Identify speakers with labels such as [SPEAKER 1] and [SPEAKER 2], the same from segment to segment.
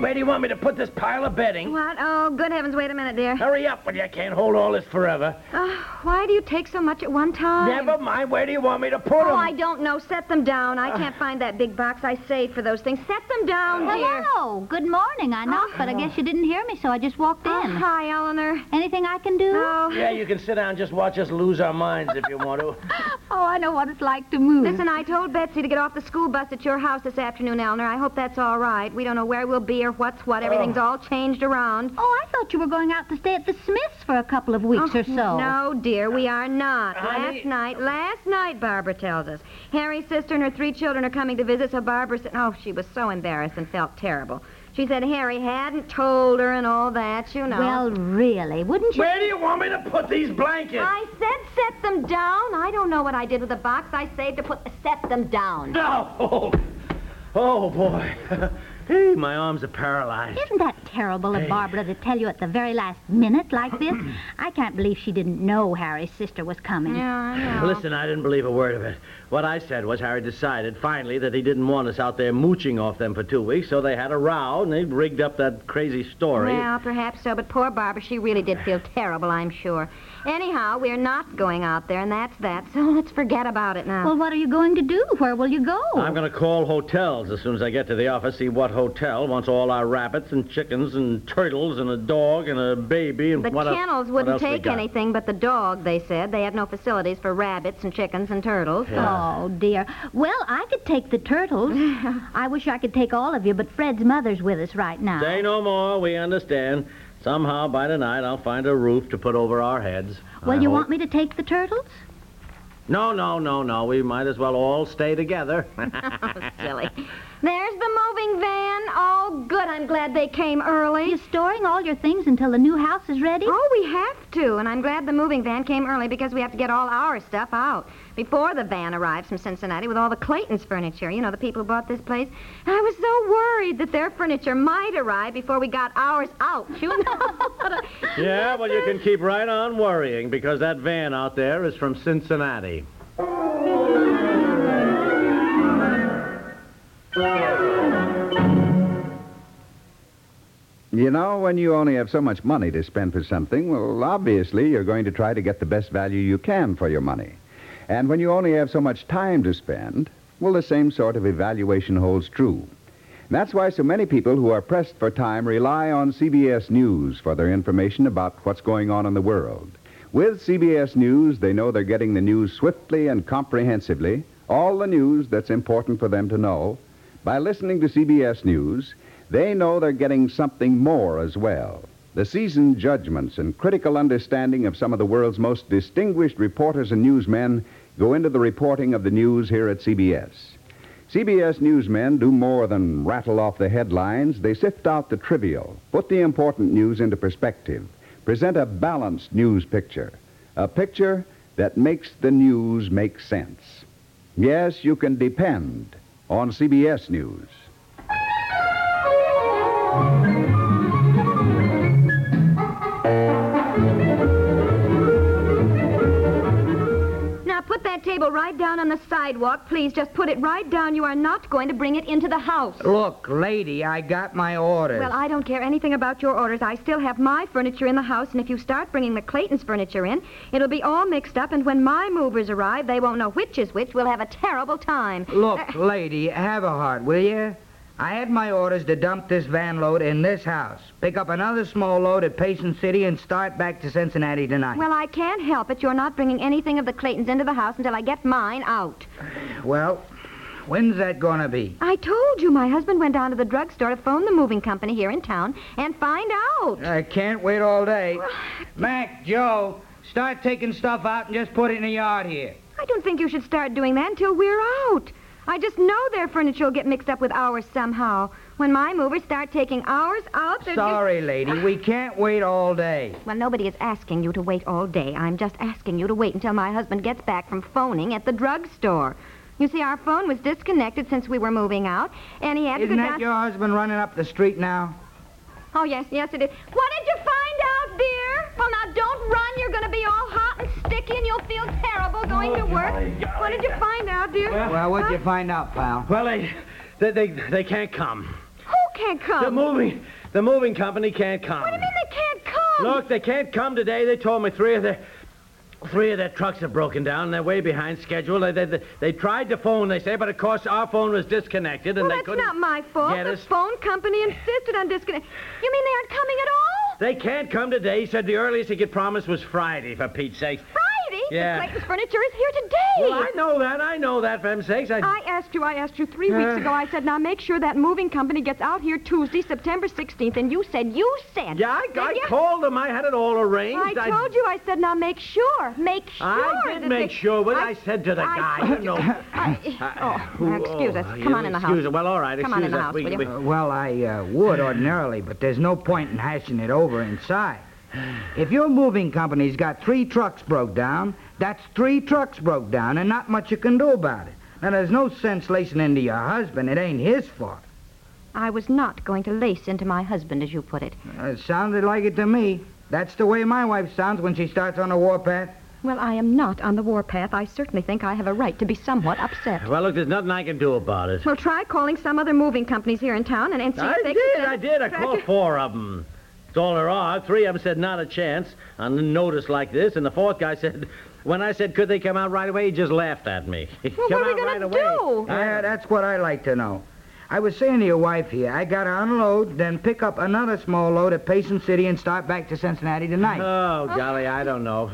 [SPEAKER 1] Where do you want me to put this pile of bedding?
[SPEAKER 2] What? Oh, good heavens, wait a minute, dear.
[SPEAKER 1] Hurry up, will you? I can't hold all this forever.
[SPEAKER 2] Oh, why do you take so much at one time?
[SPEAKER 1] Never mind. Where do you want me to put
[SPEAKER 2] Oh,
[SPEAKER 1] them?
[SPEAKER 2] I don't know. Set them down. I can't find that big box I saved for those things. Set them down, dear.
[SPEAKER 3] Hello. Good morning. I knocked, but I guess you didn't hear me, so I just walked
[SPEAKER 2] Oh,
[SPEAKER 3] in.
[SPEAKER 2] hi, Eleanor.
[SPEAKER 3] Anything I can do?
[SPEAKER 2] Oh,
[SPEAKER 1] Yeah, you can sit down and just watch us lose our minds if you want to.
[SPEAKER 3] Oh, I know what it's like to move.
[SPEAKER 2] listen, I told Betsy to get off the school bus at your house this afternoon, Eleanor. I hope that's all right. We don't know where we'll be or what's what. Everything's all changed around.
[SPEAKER 3] Oh, I thought you were going out to stay at the Smiths for a couple of weeks or so.
[SPEAKER 2] Oh, No, dear, we are not.
[SPEAKER 1] Honey-
[SPEAKER 2] Last night, last night, Barbara tells us. Harry's sister and her three children are coming to visit, so Barbara said, oh, she was so embarrassed and felt terrible. She said Harry hadn't told her and all that, you know.
[SPEAKER 3] Well, really, wouldn't you?
[SPEAKER 1] Where do you want me to put these blankets?
[SPEAKER 2] I said set them down. I don't know what I did with the box I saved to put. Set them down.
[SPEAKER 1] No. Oh, oh boy. hey, my arms are paralyzed.
[SPEAKER 3] Isn't that terrible of Barbara to tell you at the very last minute like this? I can't believe she didn't know Harry's sister was coming.
[SPEAKER 2] Yeah, I know.
[SPEAKER 1] Listen, I didn't believe a word of it. What I said was Harry decided finally that he didn't want us out there mooching off them for two weeks, so they had a row and they rigged up that crazy story.
[SPEAKER 2] Well, perhaps so, but poor Barbara, she really did feel terrible, I'm sure. Anyhow, we're not going out there, and that's that, so let's forget about it now.
[SPEAKER 3] Well, what are you going to do? Where will you go?
[SPEAKER 1] I'm going to call hotels as soon as I get to the office, see what hotel wants all our rabbits and chickens and turtles and a dog and a baby and
[SPEAKER 2] the
[SPEAKER 1] what el-
[SPEAKER 2] kennels
[SPEAKER 1] what
[SPEAKER 2] wouldn't
[SPEAKER 1] else we
[SPEAKER 2] take
[SPEAKER 1] got.
[SPEAKER 2] anything but the dog, they said. They have no facilities for rabbits and chickens and turtles.
[SPEAKER 3] Oh, dear. Well, I could take the turtles. I wish I could take all of you, but Fred's mother's with us right now.
[SPEAKER 1] Say no more, we understand. Somehow by tonight I'll find a roof to put over our heads.
[SPEAKER 3] well,
[SPEAKER 1] I
[SPEAKER 3] you
[SPEAKER 1] hope.
[SPEAKER 3] want me to take the turtles?
[SPEAKER 1] No, no, no, no. We might as well all stay together.
[SPEAKER 2] Oh, silly. There's the moving van. Oh, good. I'm glad they came early.
[SPEAKER 3] You storing all your things until the new house is ready?
[SPEAKER 2] Oh, we have to, and I'm glad the moving van came early because we have to get all our stuff out before the van arrives from Cincinnati with all the Clayton's furniture. You know, the people who bought this place. I was so worried that their furniture might arrive before we got ours out. You know.
[SPEAKER 1] yeah, well, you can keep right on worrying because that van out there is from Cincinnati.
[SPEAKER 4] You know, when you only have so much money to spend for something, well, obviously you're going to try to get the best value you can for your money. And when you only have so much time to spend, well, the same sort of evaluation holds true. That's why so many people who are pressed for time rely on CBS News for their information about what's going on in the world. With CBS News, they know they're getting the news swiftly and comprehensively, all the news that's important for them to know. By listening to CBS News, they know they're getting something more as well. The seasoned judgments and critical understanding of some of the world's most distinguished reporters and newsmen go into the reporting of the news here at CBS. CBS newsmen do more than rattle off the headlines. They sift out the trivial, put the important news into perspective, present a balanced news picture, a picture that makes the news make sense. Yes, you can depend on CBS News.
[SPEAKER 2] now put that table right down on the sidewalk, please. Just put it right down. You are not going to bring it into the house.
[SPEAKER 5] Look, lady, I got my orders.
[SPEAKER 2] Well, I don't care anything about your orders. I still have my furniture in the house, and if you start bringing the Clayton's furniture in, it'll be all mixed up, and when my movers arrive, they won't know which is which. We'll have a terrible time.
[SPEAKER 5] Look, lady, have a heart, will you? I had my orders to dump this van load in this house, pick up another small load at Payson City, and start back to Cincinnati tonight.
[SPEAKER 2] Well, I can't help it. You're not bringing anything of the Claytons into the house until I get mine out.
[SPEAKER 5] Well, when's that gonna be?
[SPEAKER 2] I told you my husband went down to the drugstore to phone the moving company here in town and find out.
[SPEAKER 5] I can't wait all day. Mac, Joe, start taking stuff out and just put it in the yard here.
[SPEAKER 2] I don't think you should start doing that until we're out. I just know their furniture will get mixed up with ours somehow. When my movers start taking ours out, they're
[SPEAKER 5] Sorry, lady, we can't wait all day.
[SPEAKER 2] Well, nobody is asking you to wait all day. I'm just asking you to wait until my husband gets back from phoning at the drugstore. You see, our phone was disconnected since we were moving out, and he had to
[SPEAKER 5] Isn't
[SPEAKER 2] go
[SPEAKER 5] that
[SPEAKER 2] down-
[SPEAKER 5] your husband running up the street now?
[SPEAKER 2] Oh, yes, yes, it is. What did you find out, dear? Well, now, don't run. You're going to be all hot and sticky, and you'll feel terrible going to work. What did you find out, dear?
[SPEAKER 5] Oh, Well, what'd you
[SPEAKER 2] Huh?
[SPEAKER 5] find out, pal?
[SPEAKER 1] Well, they, they, they, they can't come.
[SPEAKER 2] Who can't come?
[SPEAKER 1] The moving, the moving company can't come.
[SPEAKER 2] What do you mean they can't come?
[SPEAKER 1] Look, they can't come today. They told me three of their three of their trucks are broken down. They're way behind schedule. They, they, they, they tried to phone, they say, but of course our phone was disconnected and
[SPEAKER 2] well,
[SPEAKER 1] they
[SPEAKER 2] that's
[SPEAKER 1] couldn't.
[SPEAKER 2] not my fault.
[SPEAKER 1] get
[SPEAKER 2] the
[SPEAKER 1] us-
[SPEAKER 2] phone company insisted on disconnecting. You mean they aren't coming at all?
[SPEAKER 1] They can't come today. He said the earliest he could promise was Friday, for Pete's sake.
[SPEAKER 2] Friday?
[SPEAKER 1] Yeah.
[SPEAKER 2] The Clayton's furniture is here today.
[SPEAKER 1] Well, I know that. I know that, for heaven's sakes. I...
[SPEAKER 2] I asked you, I asked you three weeks ago. I said, now make sure that moving company gets out here Tuesday, September 16th. And you said, you said.
[SPEAKER 1] yeah, I,
[SPEAKER 2] Did
[SPEAKER 1] I
[SPEAKER 2] you?
[SPEAKER 1] called them. I had it all
[SPEAKER 2] I
[SPEAKER 1] arranged.
[SPEAKER 2] told you, I said, now make sure. Make sure.
[SPEAKER 1] I did
[SPEAKER 2] that
[SPEAKER 1] make
[SPEAKER 2] they-
[SPEAKER 1] sure what I,
[SPEAKER 2] I-
[SPEAKER 1] said to the
[SPEAKER 2] I-
[SPEAKER 1] guy. You know.
[SPEAKER 2] I, oh, now
[SPEAKER 1] Whoa,
[SPEAKER 2] excuse us.
[SPEAKER 1] you
[SPEAKER 2] Come on in the house.
[SPEAKER 1] excuse it. Well, all right.
[SPEAKER 2] Come on
[SPEAKER 1] excuse
[SPEAKER 2] in the
[SPEAKER 1] us.
[SPEAKER 2] house,
[SPEAKER 1] We-
[SPEAKER 2] will you?
[SPEAKER 1] we-
[SPEAKER 5] Uh, Well, I uh, would ordinarily, but there's no point in hashing it over inside. If your moving company's got three trucks broke down, that's three trucks broke down, and not much you can do about it. Now, there's no sense lacing into your husband. It ain't his fault.
[SPEAKER 2] I was not going to lace into my husband, as you put it.
[SPEAKER 5] Uh, It sounded like it to me. That's the way my wife sounds when she starts on a warpath.
[SPEAKER 2] Well, I am not on the warpath. I certainly think I have a right to be somewhat upset.
[SPEAKER 1] Well, look, there's nothing I can do about it.
[SPEAKER 2] Well, try calling some other moving companies here in town and, and see
[SPEAKER 1] I
[SPEAKER 2] if they
[SPEAKER 1] did,
[SPEAKER 2] can.
[SPEAKER 1] I did. I called four of them. That's all there are. Three of them said not a chance on a notice like this, and the fourth guy said, when I said could they come out right away, he just laughed at me. come
[SPEAKER 2] Well, what are
[SPEAKER 1] out
[SPEAKER 2] we going
[SPEAKER 1] right
[SPEAKER 2] to
[SPEAKER 1] away.
[SPEAKER 2] do?
[SPEAKER 5] Yeah, that's what I like to know. I was saying to your wife here, I gotta unload, then pick up another small load at Payson City and start back to Cincinnati tonight.
[SPEAKER 1] Oh, golly, I don't know.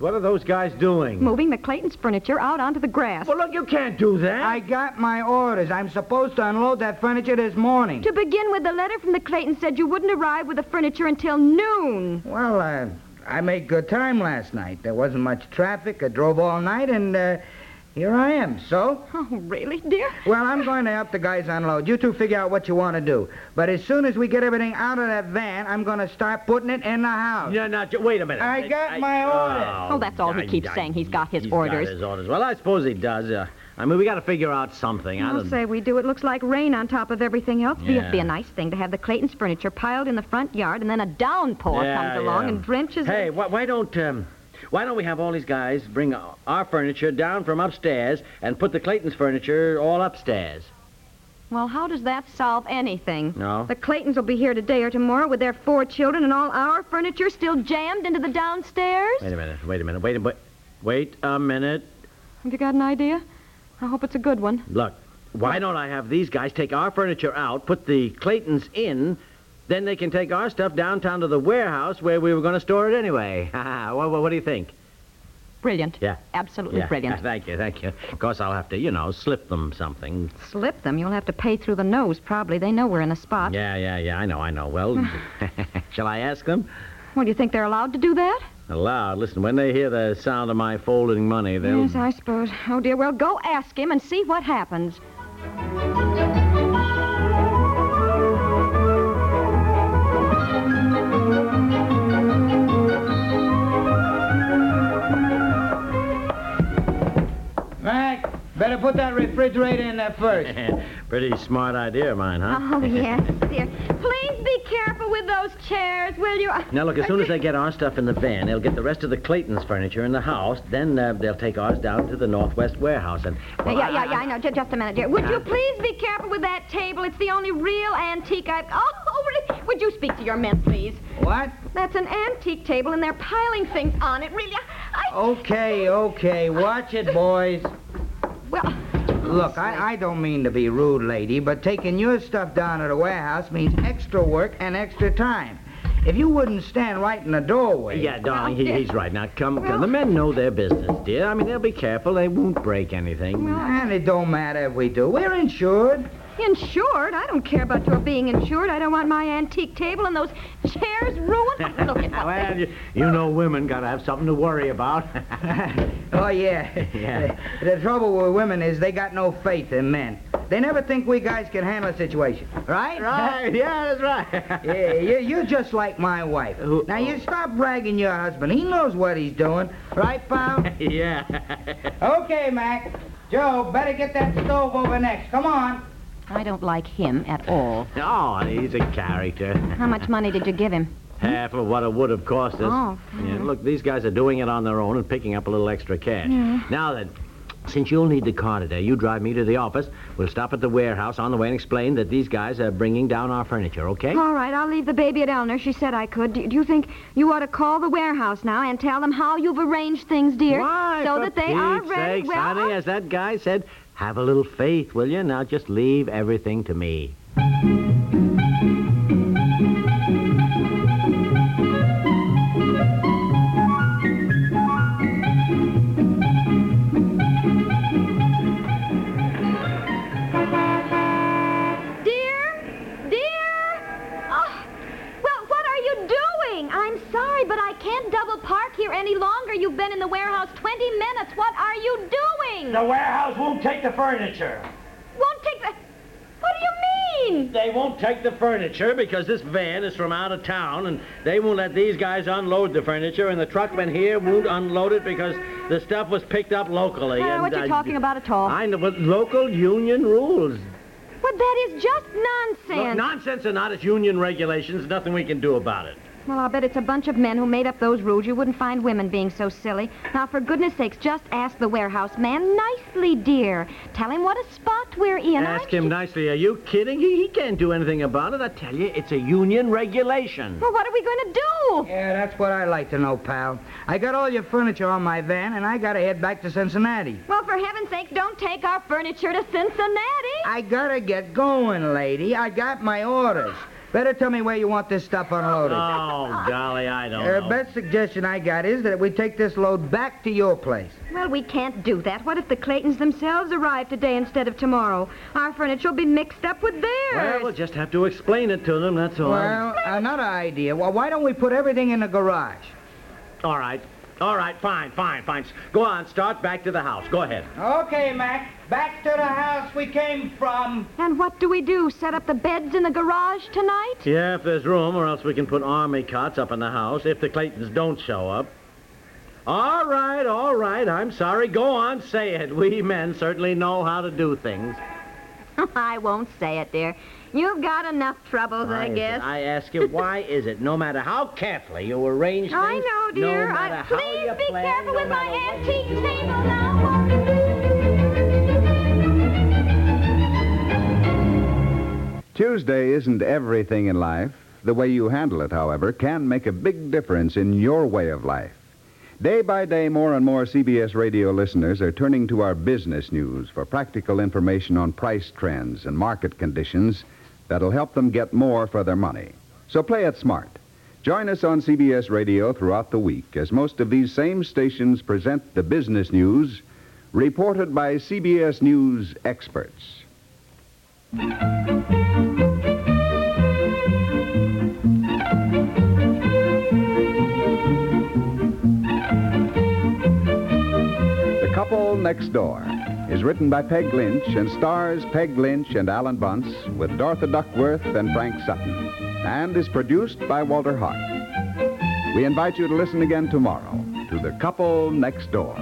[SPEAKER 1] What are those guys doing?
[SPEAKER 2] Moving the Clayton's furniture out onto the grass.
[SPEAKER 1] Well, look, you can't do that.
[SPEAKER 5] I got my orders. I'm supposed to unload that furniture this morning.
[SPEAKER 2] to begin with, the letter from the Clayton said you wouldn't arrive with the furniture until noon.
[SPEAKER 5] Well, uh, I made good time last night. There wasn't much traffic. I drove all night, and uh, here I am. So,
[SPEAKER 2] Oh, really, dear?
[SPEAKER 5] well, I'm going to help the guys unload. You two figure out what you want to do. But as soon as we get everything out of that van, I'm going to start putting it in the house.
[SPEAKER 1] No, no, ju- wait a minute.
[SPEAKER 5] I got my orders.
[SPEAKER 2] Oh, that's all he keeps saying. He's got his
[SPEAKER 1] He's
[SPEAKER 2] orders.
[SPEAKER 1] got his orders. Well, I suppose he does. Uh, I mean, we got to figure out something. I
[SPEAKER 2] I'll
[SPEAKER 1] don't...
[SPEAKER 2] say we do. It looks like rain on top of everything else. Be- It'd be a
[SPEAKER 1] Yeah.
[SPEAKER 2] nice thing to have the Clayton's furniture piled in the front yard, and then a downpour
[SPEAKER 1] Yeah,
[SPEAKER 2] comes along
[SPEAKER 1] yeah.
[SPEAKER 2] and drenches
[SPEAKER 1] Hey,
[SPEAKER 2] it.
[SPEAKER 1] wh- why don't um, why don't we have all these guys bring o- our furniture down from upstairs and put the Clayton's furniture all upstairs?
[SPEAKER 2] Well, how does that solve anything?
[SPEAKER 1] No.
[SPEAKER 2] The Claytons will be here today or tomorrow with their four children and all our furniture still jammed into the downstairs.
[SPEAKER 1] Wait a minute. Wait a minute. Wait a wait, wait a minute.
[SPEAKER 2] Have you got an idea? I hope it's a good one.
[SPEAKER 1] Look, why don't I have these guys take our furniture out, put the Claytons in, then they can take our stuff downtown to the warehouse where we were going to store it anyway. what, what, what do you think?
[SPEAKER 2] Brilliant.
[SPEAKER 1] Yeah.
[SPEAKER 2] Absolutely brilliant.
[SPEAKER 1] thank you, thank you. Of course, I'll have to, you know, slip them something.
[SPEAKER 2] Slip them. You'll have to pay through the nose, probably. They know we're in a spot.
[SPEAKER 1] Yeah, yeah, yeah. I know, I know. Well, shall I ask them?
[SPEAKER 2] Well, do you think they're allowed to do that?
[SPEAKER 1] Aloud. Listen, when they hear the sound of my folding money, they'll.
[SPEAKER 2] Yes, I suppose. Oh, dear. Well, go ask him and see what happens.
[SPEAKER 5] Frank, better put that refrigerator in there first.
[SPEAKER 1] Pretty smart idea of mine, huh?
[SPEAKER 2] Oh, yes, dear. Please be careful with those chairs, will you?
[SPEAKER 1] Now, look, as soon as they get our stuff in the van, they'll get the rest of the Clayton's furniture in the house. Then uh, they'll take ours down to the Northwest warehouse. And, well, I-
[SPEAKER 2] yeah,
[SPEAKER 1] Uh-huh.
[SPEAKER 2] yeah, yeah, I know. Ju- just a minute, dear. Would you please be careful with that table? It's the only real antique I've... Oh, really? Would you speak to your men, please?
[SPEAKER 5] What?
[SPEAKER 2] That's an antique table, and they're piling things on it. Really, I... I
[SPEAKER 1] Oh,
[SPEAKER 5] Okay, okay. Watch it, boys.
[SPEAKER 2] Well,
[SPEAKER 5] Look, I, I don't mean to be rude, lady, but taking your stuff down to the warehouse means extra work and extra time. If you wouldn't stand right in the doorway.
[SPEAKER 1] Yeah, darling, he, he's right. Now, come,
[SPEAKER 2] Well-
[SPEAKER 1] come. The men know their business, dear. I mean, they'll be careful. They won't break anything.
[SPEAKER 5] And it don't matter if we do. We're insured.
[SPEAKER 2] Insured? I don't care about your being insured. I don't want my antique table and those chairs ruined. Look at what
[SPEAKER 1] well,
[SPEAKER 2] they...
[SPEAKER 1] you, you know women got to have something to worry about.
[SPEAKER 5] Oh, yeah.
[SPEAKER 1] Yeah.
[SPEAKER 5] The, the trouble with women is they got no faith in men. They never think we guys can handle a situation, right?
[SPEAKER 1] right, yeah, that's right.
[SPEAKER 5] yeah, you, you're just like my wife.
[SPEAKER 1] Who- Oh.
[SPEAKER 5] Now, you stop bragging your husband. He knows what he's doing, right, Pal?
[SPEAKER 1] yeah.
[SPEAKER 5] okay, Mac. Joe, better get that stove over next. Come on.
[SPEAKER 2] I don't like him at all.
[SPEAKER 1] Oh, he's a character.
[SPEAKER 2] How much money did you give him?
[SPEAKER 1] Half of what it would have cost us.
[SPEAKER 2] Oh,
[SPEAKER 1] Yeah, look, these guys are doing it on their own and picking up a little extra cash. Now then, since you'll need the car today, you drive me to the office. We'll stop at the warehouse on the way and explain that these guys are bringing down our furniture, okay?
[SPEAKER 2] All right, I'll leave the baby at Eleanor. She said I could. Do, do you think you ought to call the warehouse now and tell them how you've arranged things, dear?
[SPEAKER 1] Why,
[SPEAKER 2] so
[SPEAKER 1] for
[SPEAKER 2] that they
[SPEAKER 1] Pete's
[SPEAKER 2] are ready.
[SPEAKER 1] sakes,
[SPEAKER 2] well, oh,
[SPEAKER 1] honey, as that guy said, have a little faith, will you? Now just leave everything to me.
[SPEAKER 2] Dear? Dear? Oh, well, what are you doing? I'm sorry, but I can't double park here any longer. You've been in the warehouse 20 minutes. What are you doing?
[SPEAKER 6] The warehouse won't take the furniture.
[SPEAKER 2] Won't take the... What do you mean?
[SPEAKER 1] They won't take the furniture because this van is from out of town and they won't let these guys unload the furniture and the truckmen here won't unload it because the stuff was picked up locally.
[SPEAKER 2] I don't know
[SPEAKER 1] and
[SPEAKER 2] Uh, what you're
[SPEAKER 1] I-
[SPEAKER 2] talking about at all.
[SPEAKER 1] I know, but local union rules.
[SPEAKER 2] Well, that is just
[SPEAKER 1] Look,
[SPEAKER 2] nonsense.
[SPEAKER 1] nonsense or not, it's union regulations. Nothing we can do about it.
[SPEAKER 2] Well, I'll bet it's a bunch of men who made up those rules. You wouldn't find women being so silly. Now, for goodness sakes, just ask the warehouse man nicely, dear. Tell him what a spot we're in.
[SPEAKER 1] Ask
[SPEAKER 2] I'm
[SPEAKER 1] him nicely. Are you kidding? He, he can't do anything about it. I tell you, it's a union regulation.
[SPEAKER 2] Well, what are we going to do?
[SPEAKER 5] Yeah, that's what I like to know, pal. I got all your furniture on my van, and I gotta head back to Cincinnati.
[SPEAKER 2] Well, for heaven's sake, don't take our furniture to Cincinnati.
[SPEAKER 5] I gotta get going, lady. I got my orders. Better tell me where you want this stuff unloaded.
[SPEAKER 1] Oh, golly, I don't
[SPEAKER 5] The
[SPEAKER 1] know.
[SPEAKER 5] best suggestion I got is that we take this load back to your place.
[SPEAKER 2] Well, we can't do that. What if the Claytons themselves arrive today instead of tomorrow? Our furniture will be mixed up with
[SPEAKER 1] Well,
[SPEAKER 2] theirs.
[SPEAKER 1] we'll just have to explain it to them, that's all.
[SPEAKER 5] Well, another idea. Well, why don't we put everything in the garage?
[SPEAKER 1] All right. All right, fine, fine, fine. Go on, start back to the house. Go ahead.
[SPEAKER 5] Okay, Mac. Back to the house we came from.
[SPEAKER 2] and what do we do? Set up the beds in the garage tonight?
[SPEAKER 1] Yeah, if there's room, or else we can put army cots up in the house if the Claytons don't show up. All right, all right. I'm sorry. Go on, say it. We men certainly know how to do things.
[SPEAKER 2] I won't say it, dear. You've got enough troubles,
[SPEAKER 1] Why
[SPEAKER 2] I
[SPEAKER 1] is it-
[SPEAKER 2] guess.
[SPEAKER 1] I ask you, why is it? No matter how carefully you arrange things,
[SPEAKER 2] I know, dear.
[SPEAKER 1] No matter
[SPEAKER 2] I,
[SPEAKER 1] how
[SPEAKER 2] please
[SPEAKER 1] you
[SPEAKER 2] be
[SPEAKER 1] plan,
[SPEAKER 2] careful
[SPEAKER 1] no
[SPEAKER 2] with my
[SPEAKER 1] matter what-
[SPEAKER 2] antique table now. won't you?
[SPEAKER 4] Tuesday isn't everything in life. The way you handle it, however, can make a big difference in your way of life. Day by day, more and more CBS radio listeners are turning to our business news for practical information on price trends and market conditions that'll help them get more for their money. So play it smart. Join us on CBS radio throughout the week as most of these same stations present the business news reported by CBS News experts. The Couple Next Door is written by Peg Lynch and stars Peg Lynch and Alan Bunce with Dorothy Duckworth and Frank Sutton and is produced by Walter Hart. We invite you to listen again tomorrow to The Couple Next Door.